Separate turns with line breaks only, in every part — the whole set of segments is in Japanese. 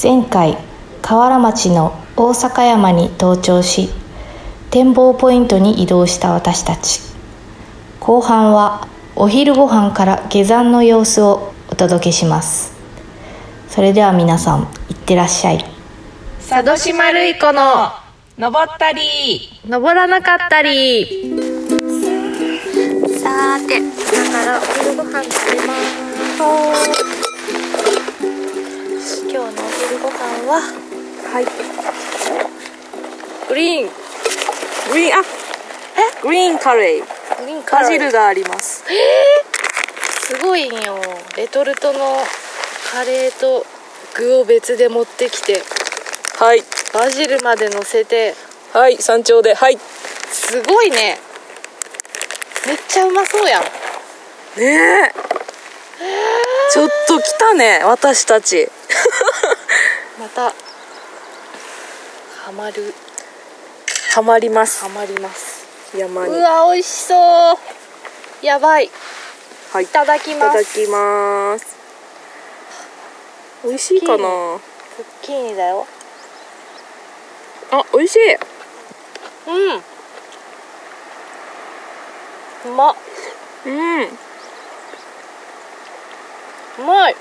前回河原町の大阪山に登頂し展望ポイントに移動した私たち後半はお昼ご飯から下山の様子をお届けしますそれでは皆さんいってらっしゃい
佐渡島るい子の登ったり登らなかったり
さーて、だからお昼ご飯食べます。今日のお昼ご飯は、はい。
グリーングリーンあえグリーンカレー
グリーンカ
バ
レ
ジ
ー。
ルがあります
すごいんよ。レトルトのカレーと具を別で持ってきて、
はい
バジルまで乗せて、
はい山頂ではいね
すごいね。めっちゃうまそうやん。
えちょっと来たね私たち
また、ハマる、
ハマります
ハマります。
山
う
に
わ、美味しそう。やばい。い
はいい
ただき
た
ま
だ
す。
きます美味しいか
ズ
な
ッキーニだよ。
あ美味しい
うん。うまっ。
うん
うまい。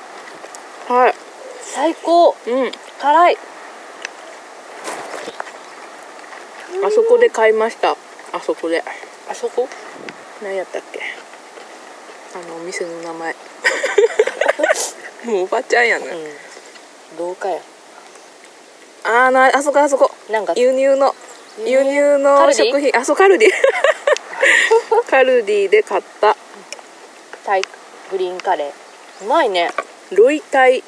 はい
最高。
うん
辛い。
あそこで買いましたあそこで
あそこ。
何やったっけあのお店の名前 もうおばちゃんやね、
うん。どうかよ。
あーなあそこあそこ
なんか。
輸入の輸入
カ
の
ルディ
食品あそうカルディ カルディで買った
タイ。グリーンカレー。うまいね。
ロイタイ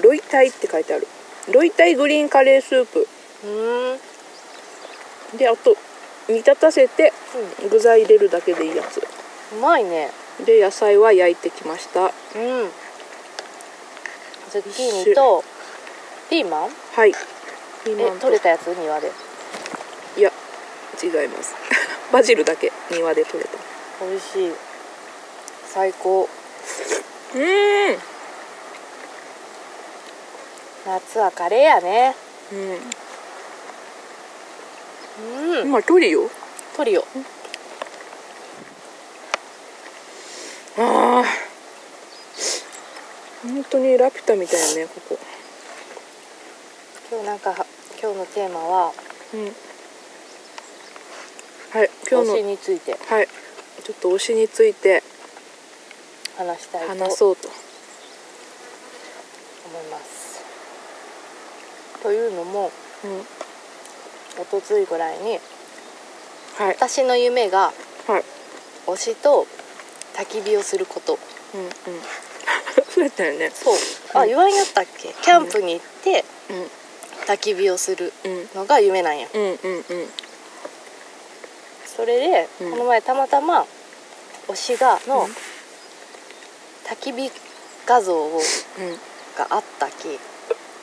ロイタイって書いてあるロイタイグリーンカレースープ
うーん。
であと煮立たせて具材入れるだけでいいやつ
うまいね。
で野菜は焼いてきました
うん。ズッキーニと。ピーマン。
はいピーマ
え
ン、と
取れたやつ、庭で。
いや違います バジルだけ庭で採れた
美味しい。最高。
う
夏はカレーやね。
ん、うん、
うん。
今トリオ
トリオ。
ああ本当にラピュタみたいやねここ
今日なんか、今日のテーマは。
うんはい今
推
日の
しについて
はいちょっと推しについて
話したいと思い
話そうと
ます。というのも
うん
一昨日ぐらいに
はい
私の夢が
はい
推しと焚き火をすること
うんうん そうやったよね
そうあ言わんやったっけキャンプに行って焚き火をする
うんうん
のが夢なんや
うんうんうん
それで
うん
この前たまたま推しが
う
の
ん
焚き火画像を
うん
があったき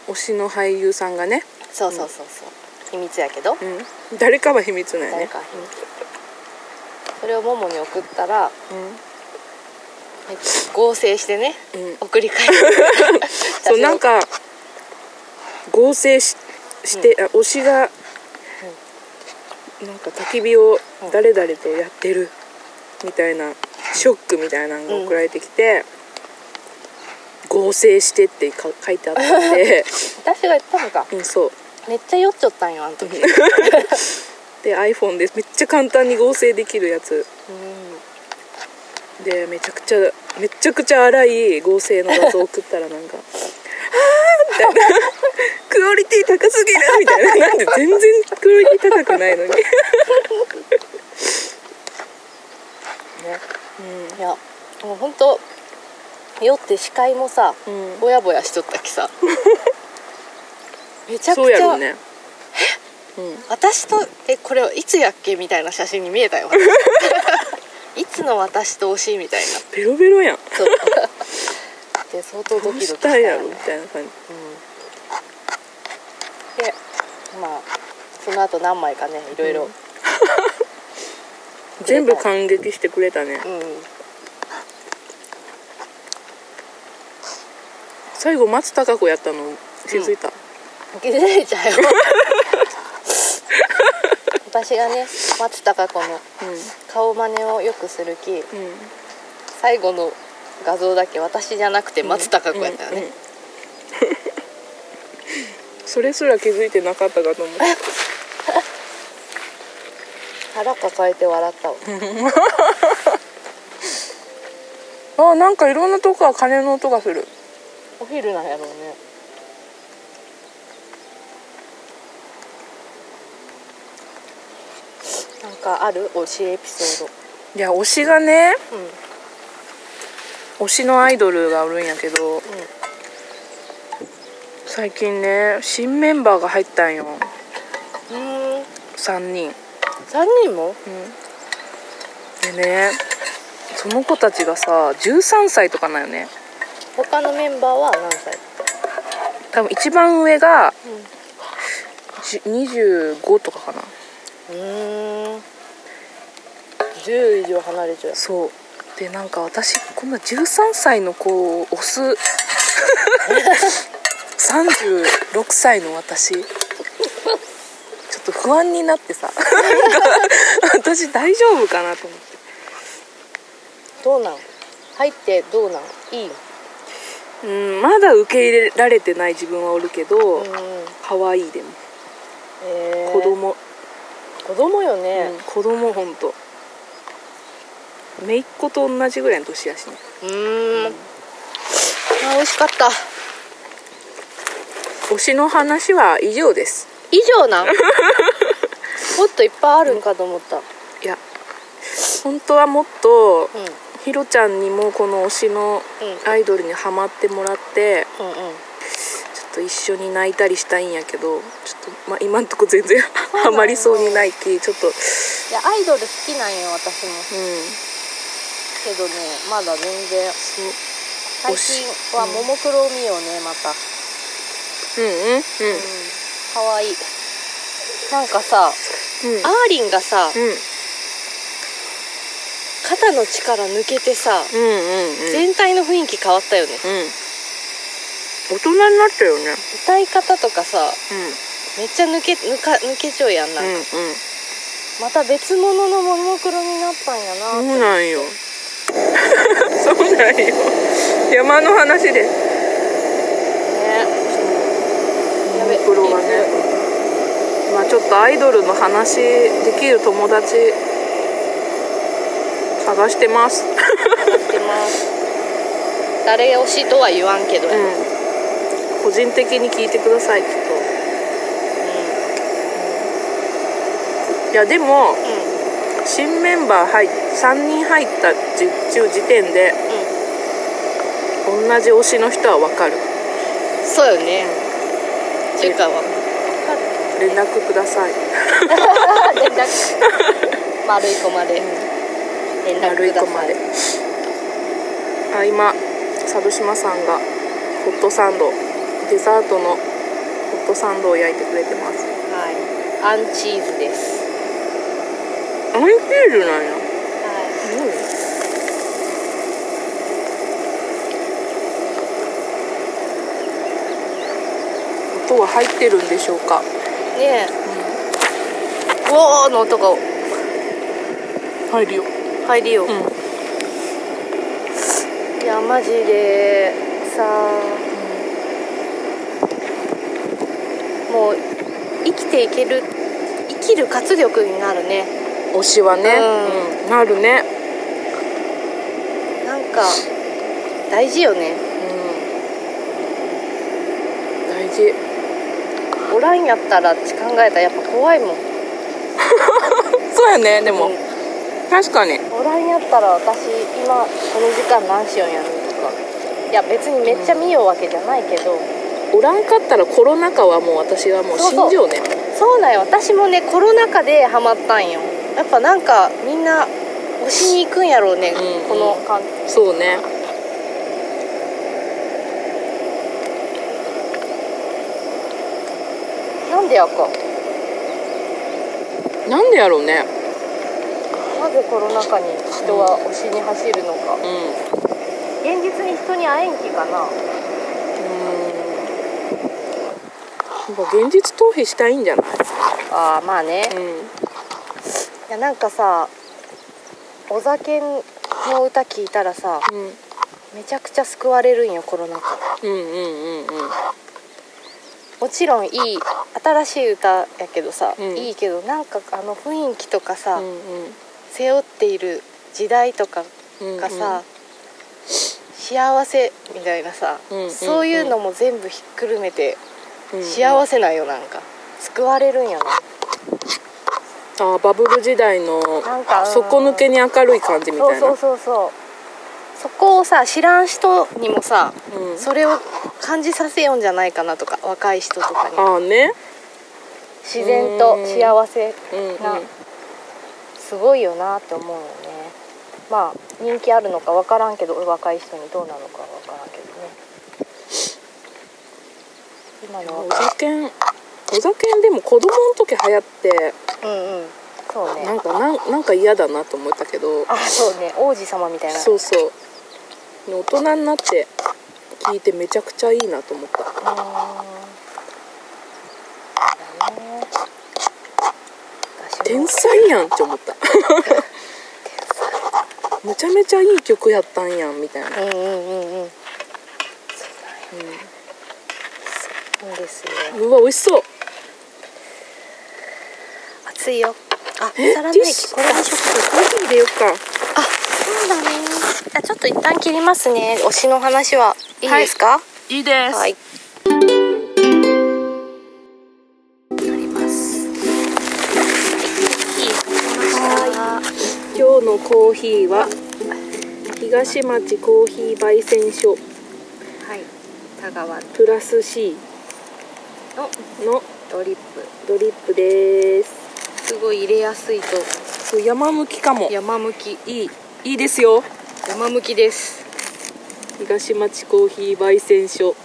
推しの俳優さんがね、
そうそうそうそう秘密やけど
うん、誰かは秘密なんや
誰
ね
か秘密それをももに送ったらめっちゃ合成してね
うん、うん、
送り返す
そうなんか合成しして、あ推しが、なんか焚き火を誰々とやってるみたいなショックみたいなのが送られてきて、合成してってか書いてあったん で、
私が言ったのか
うん、そう
めっちゃ酔っちゃったんよあの時うん
で iPhone でめっちゃ簡単に合成できるやつでめちゃくちゃめちゃくちゃ荒い合成の画像送ったら なんか「あー」みたいな「クオリティ高すぎる」みたいななんで全然クオリティ高くないのに、
いやもう本当酔って視界もさ
うんうん、
ぼやぼやしとったき さめちゃ
そう
く
や
ち
ろう
ゃ、
ねうん
私とえこれはいつやっけみたいな写真に見えたよいつの私 と推しみたいな
ベロベロやん
そうで相当
ど
ド
う
キドキ
し
した
たんや
よ
ろみ
ね
たいな感じ
うんでまあその後何枚かねいろいろ、
全部感激してくれたね
うん
最後松たか子やったの気づいた、
気づいちゃうよ 私がね松たか子の顔真似をよくするき
うんうん
最後の画像だけ私じゃなくて松たか子やったよね、
うんうんそれすら気づいてなかったかと思って
腹抱えて笑ったわ
あなんかいろんなとこから鐘の音がする
お昼なんやろうねなんかある推しエピソー
いや推しがね
ドうん
推しのアイドルがおるんやけど、最近ね新メンバーが入ったんよ
うん
3人、
3人も
でねその子たちがさ13歳とかなんよね
他のメンバーは何歳
多分一番上が、じ25とかかな
うーん10以上離れちゃう
そうでなんか私こんな13歳の子を推す36歳の私ちょっと不安になってさなんか私大丈夫かなと思って
どうなん入ってどうなんいい
うんまだ受け入れられてない自分はおるけど、
ん
可愛いでも
えー
子供、
子供よね
うん子供ほんと姪っ子と同じぐらいの年やしね
うんんあ美味しかった
推しの話は以上です
以上なんもっといっぱいあるんかと思った
いや本当はもっと
うん
ひろちゃんにもこの推しの
う
アイドルにハマってもらって
んうんうん
ちょっと一緒に泣いたりしたいんやけどちょっと、まあ、今んとこ全然ハマりそうにないきちょっと
いやアイドル好きなんよ私も
うん
けどねまだ全然
そ
最
う
近はももクロを見ようねまた
うんうん
かわいいなんかさ
うんうん
アーリンがさ
うん
肩の力抜けてさ
うんうんうん
全体の雰囲気変わったよね
うん大人になったよね
歌い方とかさ
う
めっちゃ抜け抜か抜けちょいやんなんんか、
うんうん
また別物のももクロになったんや
そ
な
うなんよそうなんよ山の話で
ねやべ
モクロがねまあちょっとアイドルの話できる友達探してます
やってます誰推しとは言わんけど、うん
うん個人的に聞いてくださいきっといやでも新メンバー入っ3人入った時中時点で
う
同じ推しの人は分かる
んそうよね中華は
連絡ください
連絡丸い子まで連絡
丸い
くだ
子
さ
ま
い
であ今猿島さんがホットサンドデザートのホットサンドを焼いてくれてます
はいアンチーズです
アンテールなんや
は
音は入ってるんでしょうか
いねえおーの音が
入るよ
入りよ、ういやマジでさもう生きていける生きる活力になるね
推しはね、
う
うんなるね、
なんか大事よね
大事
おらんやったらって考えたらやっぱ怖いもん
そうやねでも、
うん
確かに
おらんやったら私今この時間何しようやねんとかいや別にめっちゃ見ようわけじゃないけど、
おらんかったらコロナ禍はもう私はもう
そうそ
信
う
じようね
そうなんよ私もねコロナ禍でハマったんよやっぱなんかみんな押しに行くんやろうね、
うんうん
この感じ
そうね
なんでやか
なんでやろうね
なぜコロナ禍に人は推しに走るのか、
うん
現実に人に会えんきかな
うもう現実逃避したいんじゃない、
ああまあね、い
うん、
やなんかさお酒の歌聞いたらさ
うん
めちゃくちゃ救われるんよコロナ禍
うんうんうんうん
もちろんいい新しい歌やけどさ、
うん
いいけどなんかあの雰囲気とかさ、
うん
背負っている時代とか
うん
がさ、幸せみたいなさ、
うんうんうん
そういうのも全部ひっくるめて
うんうん
幸せなんよなんか救われるんやな、
あーバブル時代の
なんかうん
底抜けに明るい感じみたいな
そうそうそうそうそこをさ知らん人にもさ、
うん
それを感じさせようんじゃないかなとか若い人とかに
ああね
自然と幸せ
うんうん
なすごいよなって思うよねまあ人気あるのか分からんけど若い人にどうなのかは分からんけどね今の
お酒んお酒んでも子供の時流行って
うんうんそう
な
ね
んかなんなんか嫌だなと思ったけど
あそうね王子様みたいな
そうそう大人になって聞いてめちゃくちゃいいなと思った
うーんそうだね私
天
も
才やんって思っためちゃめちゃいい曲やったんやんみたいな、
うんうんうんうん
う
いいですよ
ん、うわ美味しそう
暑いよあ
え
サラ
テ
メ
ィッ
イ
シ
キ
ュ
これにしようか
コーヒー入れようか
あ、そうだね。じゃあちょっと一旦切りますね。推しの話はいいですか？
いいで
はい。なります。はい。
今日のコーヒーは東町コーヒー焙煎所
はい。田川の
プラス C の
ドリップ。
ドリップです
すごい入れやすいと
そう山向きかも
山向き
いいいいですよ
山向きです。
東町コーヒー焙煎所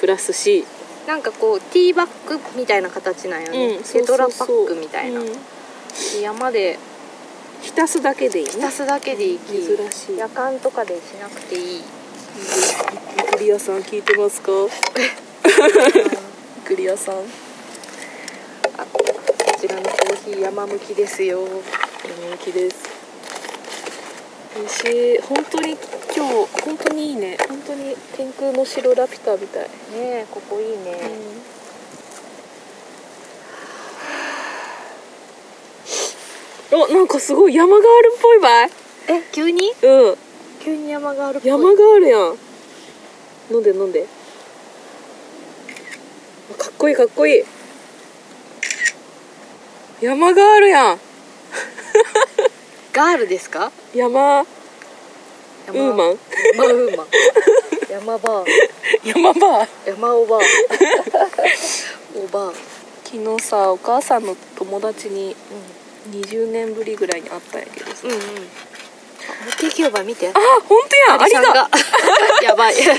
プラス C
なんかこうティーバッグみたいな形なんよね。テトラパックみたいな。山で
浸すだけでいいね
浸すだけでいいき。
珍しい
夜間とかでしなくていい。
ゆくりやさん聞いて ますかゆくりやさん
こちらのコーヒー山向きですよ。
人気です美味しい本当に今日本当にいいね本当に天空の城ラピュタみたい、
ねえここいいね。
おなんかすごい山があるっぽいばい
え急に？
うん
急に山があるっぽい。
山があるやん飲んで飲んであかっこいいかっこいい山があるやん
ガールですか？
山ウ
山
ーマン
山ウーマン。 山バー。
山ば
山おばー。 おばー。
昨日さお母さんの友達に
う
20年ぶりぐらいに会ったんやけどさ
んうんうん。持っていきよば見て
あ。本当やあ り
さん
が。
やばい。
あらー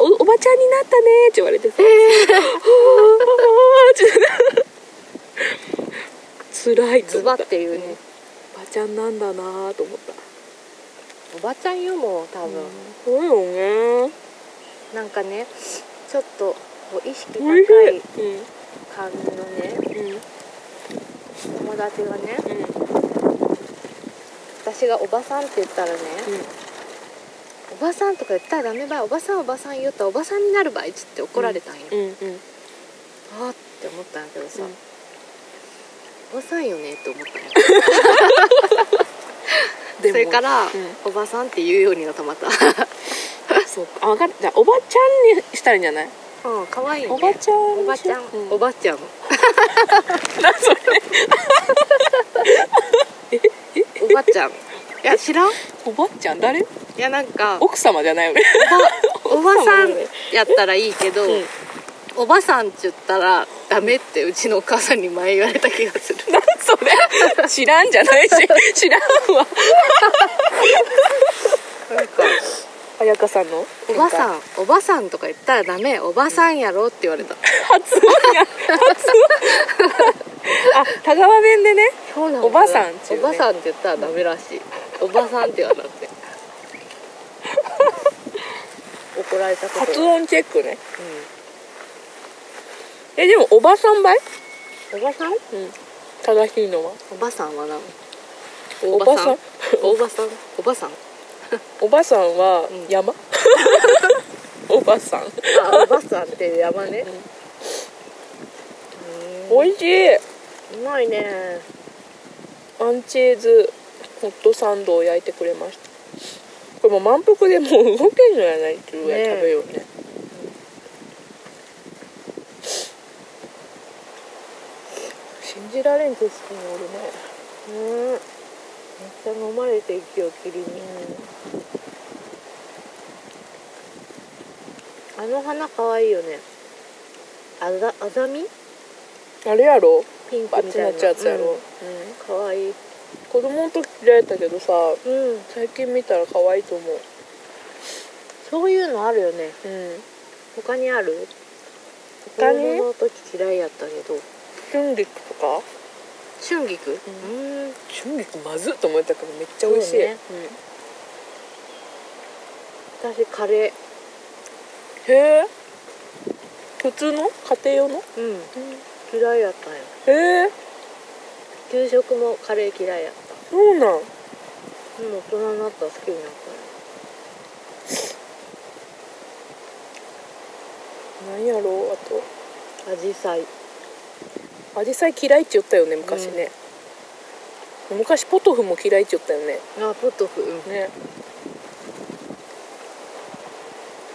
おおばちゃんになったねーって言われてさつらい と
ズ
思
バ
っ
ったていうね。
おばちゃんなんだなーと思った
おばちゃんよもう多分。
そうよね
なんかねちょっとこう意識高
おい
い
しいうん
感じのね
うん
友達がね
うん
私がおばさんって言ったらね。おばさんとか言ったらダメばいおばさんおばさん言ったらおばさんになるばいっつって怒られたんよ、
うんうん
あーって思ったんやけどさ、
うん
おばさんよねって思ったんよ
でも
それから、
うん
おばさんって言うようになったまた
そうかあ分かったじゃあおばちゃんにしたらいいんじゃない
うん可愛いね
おばちゃん
おばちゃん、
うん
おばちゃん おばちゃんいや知らんい
おばちゃん誰
やなんかおば
奥様じゃないよね
おばさんやったらいいけど、
うん
おばさんって言ったらダメってうちのお母さんに前言われた気が する
なんそれ知らんじゃ ないし知らんわ
なんか
彩香さんの
おばさ
ん
んおばさんとか言ったらダメおばさんやろって言われた
発音や発音あ田川弁でねおばさんってい
お
うね
ばさんって言ったらダメらしいおばさんって言われたって 怒られたこと
発音チェックね
うん
えでもおばさんばい、
おばさん
うん、正しいのは
おばさんはな
おばさん
おばさんおばさん
おばさんは
うん
山、 おばさん
あおばさんって山ねう
美味しいう
ーんうまいね
アンチーズホットサンドを焼いてくれましたこれもう満腹でもう動けんのやないっていうぐらい食べようね信じられん景色におるね
うんめっちゃ飲まれて息を切りにあの花可愛いよねあざあざみ
あれやろ
ピン
あっ
クみ
ちに
た
ないっ
な
ちゃうやつやろ、
うん可愛いうん
子供の時嫌いだったけどさ最近見たら可愛いと思う
そういうのあるよね
うん
他にある
他に
子供の時嫌いやったけど
春菊とか
春菊うーん
春菊まずっと思ったけどめっちゃ美味しい、
そうね私カレ
うんへえ普通の家庭用の
ーうん嫌いやったんよ
へえ
給食もカレー嫌いやった
そうなん
でも大人になったら好きになったよ
なんやろうあと
アジサイ
アジサイ嫌いって言ったよね昔ね、昔ポトフも嫌いって言ったよね
あポトフうん
ね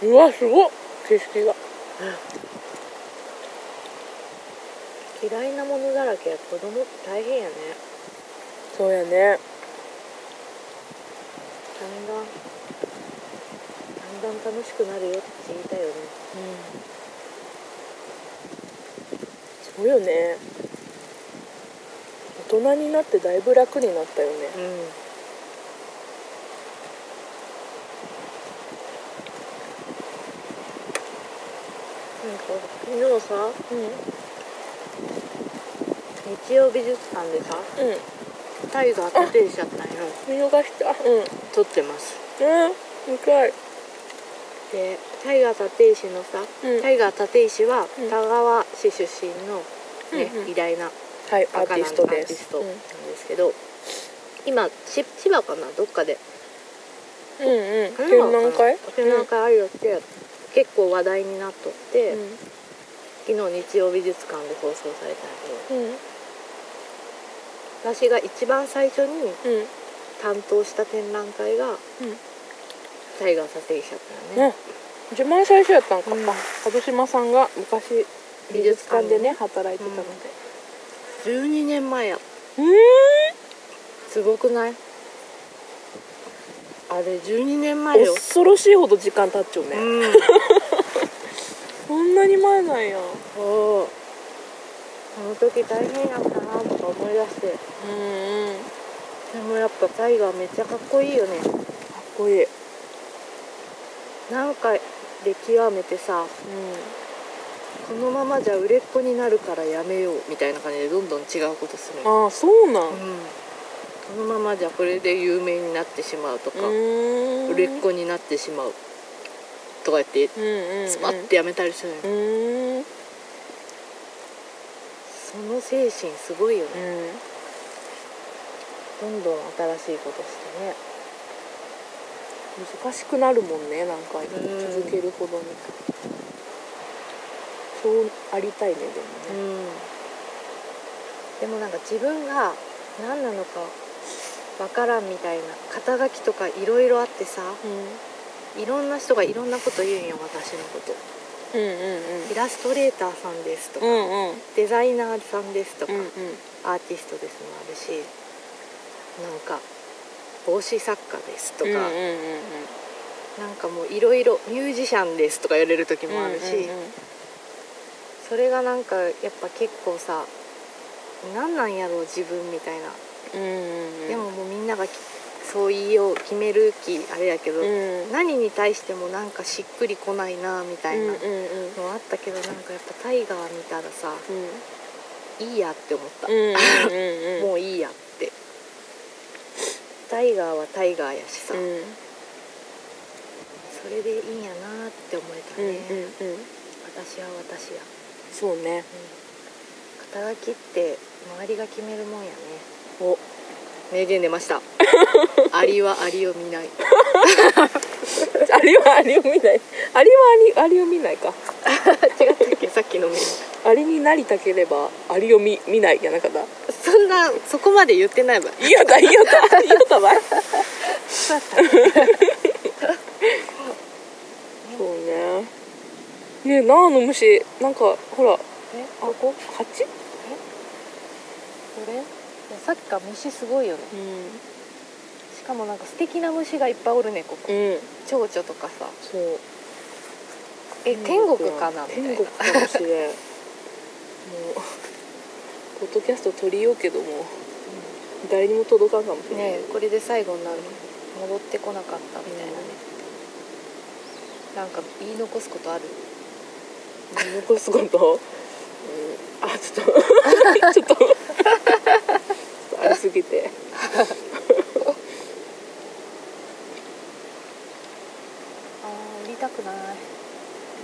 うわすごっ景色が
嫌いなものだらけや子供って大変やね
そうやね
だんだんだんだん楽しくなるよって言いたいよね
すごいよね大人になってだいぶ楽になったよね
うんなんか昨日さ
うんうん
日曜美術館でさタイガー撮影しちゃったんよ
見逃したうん
撮ってます
うん見たい
でタイガー立石のさ、
うん
タイガー立石は
うん
田川市出身の、ね
うんうん
偉大な
はいア
ア
ーティスト
ア
で
ーティス
す
トなんですけど、今し千葉かなどっかで
うんうんうん
神
展
奈川
覧
かな
会
展覧会あるよって、結構話題になっとって、昨日日曜美術館で放送されたんやけ
うんうん
ど私が一番最初に
うん
担当した展覧会が
うん
タイガー立石だったよね、
ね自慢最初やったんか、
うん
門島さんが昔美
美
術
術
館
館
で
でね
ね働いてたので
12年前や
うん
すごくないあれ12年前よ、
恐ろしいほど時間経っちゃうね、
うん
そんなに前なんや
そうあの時大変やったなとか思い出して
うんうん
でもやっぱタイガーめっちゃかっこいいよね
かっこいい、うん、
なんかで極めてさこのままじゃ売れっ子になるからやめようみたいな感じでどんどん違うことするの
ああそうなん
うんこのままじゃこれで有名になってしまうとか、
うん
売れっ子になってしまうとか言って
うんうんうん
スパッてやめたりするのよ、
うんうん
その精神すごいよねどんどん新しいことしてね
難しくなるもんねなんか
ん
続けるほどにそうありたいねでもね
でもなんか自分が何なのかわからんみたいな肩書きとかいろいろあってさいろんな人がいろんなこと言うんよ私のこと
うんうんうん
イラストレーターさんですとか、
うんうん
デザイナーさんですとか、
うんうん
アーティストですもあるしなんか帽子作家ですとか、
うんうんうんうん
なんかもういろいろミュージシャンですとか言われる時もあるし、
うんうんうん
それがなんかやっぱ結構さ何なんやろう自分みたいな
うんうんうん
でももうみんながきそう言いよう決める気あれやけど、
うん
何に対してもなんかしっくりこないなみたいな
うんうんうん
のあったけど、なんかやっぱタイガー見たらさいいやって思った、
うん
もういいやってタイガーはタイガーやしさ、
うんうん
それでいいんやなって思えた
うんうん
ね、
うん
私は私や
そうね
肩書きって周りが決めるもんやね
お
名言出ました アリはアリを見ない
ありはありを見ないありはありありを見ないか
違ったっけさっきの名言
ありになりたければありを見見ないやなかった
そんなそこまで言ってないわ
いいよだいいよだいいよだわそうねねえなあの虫なんかほらあ
え
こ蜂
これさっきから虫すごいよね
う
しかもなんか素敵な虫がいっぱいおるねここ
んうん
蝶々とかさ
そう
え天国かなみたい
天
な
国かもしれんもうポッドキャスト取りようけども誰にも届かんかもしれない、
ねえこれで最後になるの戻ってこなかったみたいなね、なんか言い残すことある
残すこと、うん、あち ょっとちょっとちょっとありすぎて
あありたくない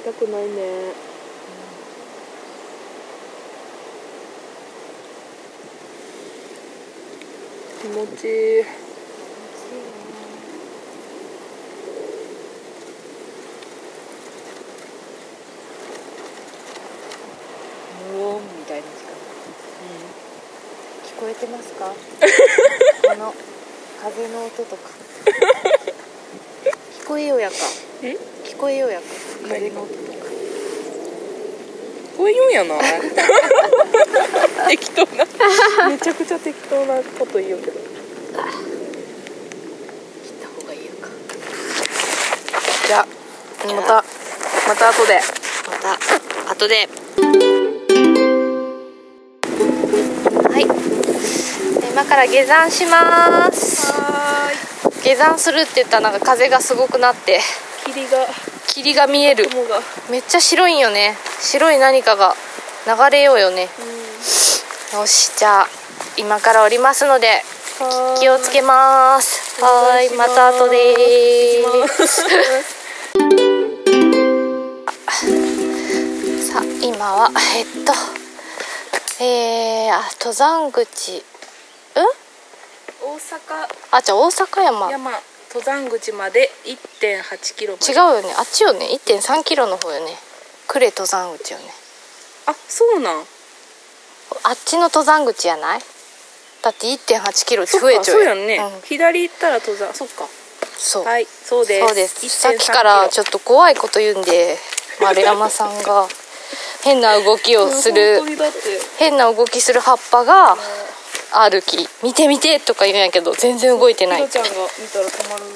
痛くないね気持ちいい
無音みたいな時間聞こえてますかこの風の音とか聞こえようやか
ん
聞こえようやか風の音とか
こういうんやない 適当なめちゃくちゃ適当なこと言うけど
切った方がいいやか
じゃあまたまた後で
また後ではい今から下山します
は
下山するって言ったらなんか風がすごくなって
ーい霧が
霧が見える
雲が
めっちゃ白いんよね白い何かが流れようよねよしじゃあ今から降りますので
はーい
気をつけますはーい
お願いし
ま
ます
た後でーすさあ今はえっとえー、あ登山口うん
大阪
あじゃあ大阪山
山登山口まで1.8キロまで
違うよねあっちよね1 3キロの方よね呉登山口よね
あそうなん
あっちの登山口やないだって1 8キロ
そ
増
っ
え
か
ちゃ
そううやんね、
うん
左行ったら登山そっか
そう、
はいそうです
そうですさっ
1.3
きから
キ
ちょっと怖いこと言うんで丸山さん が変な動きを
ロ
す
いや
る
本当にだって
変な動きする葉っぱが歩き見て見てとか言うんやけど全然動いてな
ひろ
い
ちゃんが見たら止まるのに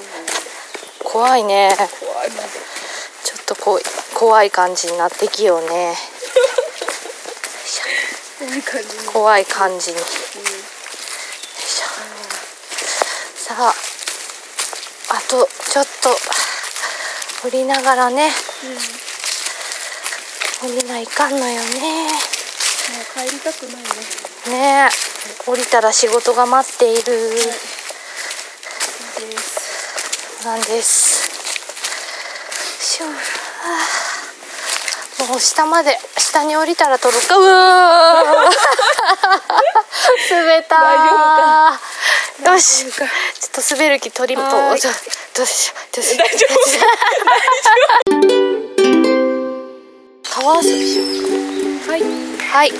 怖いね
怖いな
ちょっとこう怖い感じになってきようね
怖い感
怖い感じ
じに
によいしょさああとちょっと降りながらね、降りないかんのよね
もう帰りたくないね
ねえ降りたら仕事が待っている
そうです
なんですしゅはあもう下まで下に降りたら取るかうわー 滑ったー
大
丈夫かよしちょっと滑る気取りもど
はー
う
い
しようどうしようどうしよ
大丈夫
う 川遊びしよう
はい
はい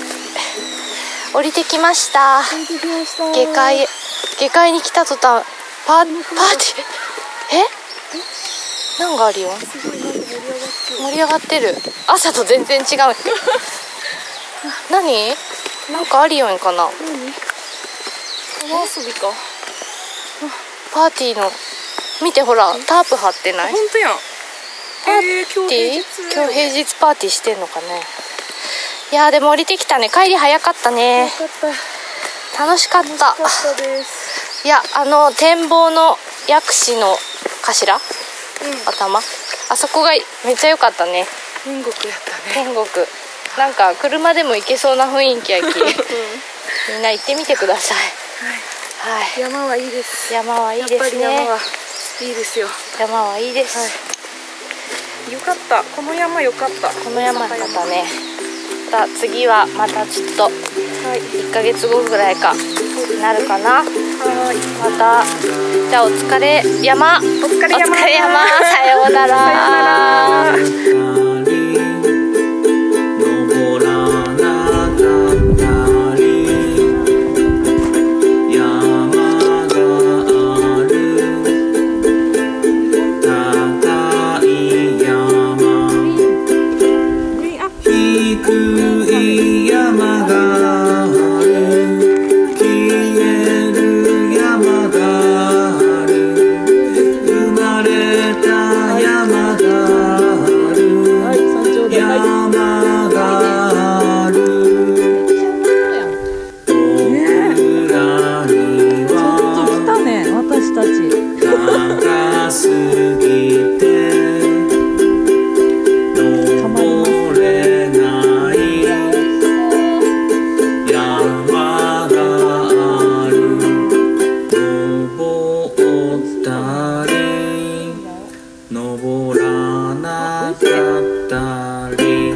降りてきました
出てきました
下界へ下界に来た途端パーパーティーえ何があるよ
すごいなんか盛り上がって
盛り上がってる朝と全然違う何なんかありよんかな
川遊びか
パーティーの見てほらタープ張ってない
本当やん
パー
えー、今日
ティー
平
今
日
日平日パーティーしてんのかねいやーでも降りてきたね帰り早かったね
よかったよ
楽しかった
かったです
いやあの展望の薬師の頭、頭あそこがめっちゃ良かったね
天国やったね
天国なんか車でも行けそうな雰囲気やきみんな行ってみてくださいはい、
山はいいです
山はいい
やっ
で
ぱ
す
り
ね
山
山は
はいいですよ
いいです、
よかったこの山よかった
この山だったね
た次はまたちょっと
はい
1ヶ月後ぐらいかなるかな
はい
またじゃあお疲れ山お
お疲れ山
疲れ山さようなら
さようなら
「登らなかったり」「山がある」「高い山」「低い山がある」「消える山がある」「生まれた山がある」
はい山頂ではい
山がある僕らに
ちょっと来
は
たね私たち
高すぎて登れない山がある登ったり登らなかったり